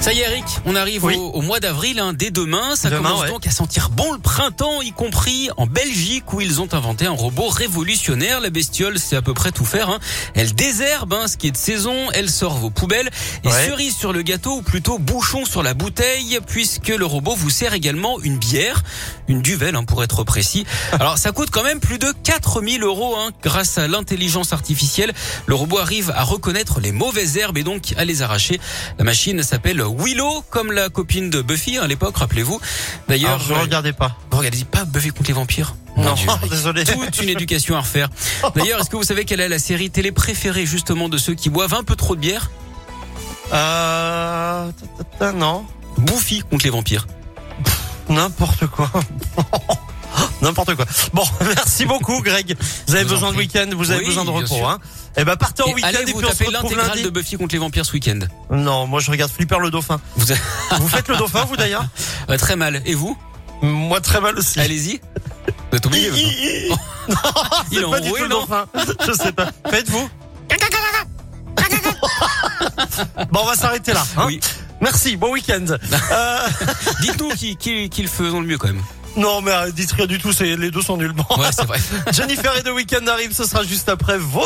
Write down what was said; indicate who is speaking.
Speaker 1: Ça y est, Eric, on arrive
Speaker 2: Oui.
Speaker 1: au, au mois d'avril, hein, dès demain. Ça
Speaker 2: Demain,
Speaker 1: commence
Speaker 2: ouais.
Speaker 1: donc à sentir bon le printemps, y compris en Belgique, où ils ont inventé un robot révolutionnaire. La bestiole sait à peu près tout faire. hein. Elle désherbe hein, ce qui est de saison, elle sort vos poubelles. Et
Speaker 2: Ouais.
Speaker 1: cerise sur le gâteau, ou plutôt bouchon sur la bouteille, puisque le robot vous sert également une bière, une duvel hein, pour être précis. Alors ça coûte quand même plus de 4000 euros. hein. Grâce à l'intelligence artificielle, le robot arrive à reconnaître les mauvaises herbes et donc à les arracher. La machine s'appelle Willow, comme la copine de Buffy hein, à l'époque, rappelez-vous. D'ailleurs,
Speaker 2: Alors, Ah, je regardais pas.
Speaker 1: euh, regardez, pas Buffy contre les vampires. Mon
Speaker 2: Non,
Speaker 1: Dieu.
Speaker 2: désolé.
Speaker 1: Toute une éducation à refaire. D'ailleurs, est-ce que vous savez quelle est la série télé préférée justement de ceux qui boivent un peu trop de bière
Speaker 2: Euh, ta, ta, ta, non.
Speaker 1: Buffy contre les vampires.
Speaker 2: N'importe quoi. N'importe quoi. Bon, merci beaucoup, Greg. Vous avez
Speaker 1: Vous en
Speaker 2: besoin de
Speaker 1: prie.
Speaker 2: week-end, vous avez
Speaker 1: Oui,
Speaker 2: besoin de
Speaker 1: bien sûr.
Speaker 2: repos, hein. Eh ben, partez en
Speaker 1: Et
Speaker 2: week-end et
Speaker 1: allez
Speaker 2: puis
Speaker 1: vous
Speaker 2: on se
Speaker 1: taper
Speaker 2: retrouve
Speaker 1: l'intégrale
Speaker 2: lundi.
Speaker 1: de Buffy contre les vampires ce week-end.
Speaker 2: Non, moi je regarde Flipper le dauphin.
Speaker 1: Vous-
Speaker 2: Vous faites le dauphin, vous d'ailleurs?
Speaker 1: Euh, très mal. Et vous
Speaker 2: Moi très mal aussi.
Speaker 1: Allez-y. Vous êtes obligé. maintenant.
Speaker 2: Non,
Speaker 1: euh, Il
Speaker 2: c'est
Speaker 1: a
Speaker 2: pas du
Speaker 1: enroué,
Speaker 2: tout le
Speaker 1: non
Speaker 2: dauphin. Je sais pas. Faites-vous. Bon, on va s'arrêter là. hein.
Speaker 1: Oui.
Speaker 2: Merci, bon week-end. Euh,
Speaker 1: Dites-nous qui, qui, qui le faisons le mieux quand même.
Speaker 2: non, mais euh, dites rien du tout, c'est- les deux sont nuls. Bon.
Speaker 1: Ouais, c'est vrai.
Speaker 2: Jennifer et The Weeknd arrive, ce sera juste après vos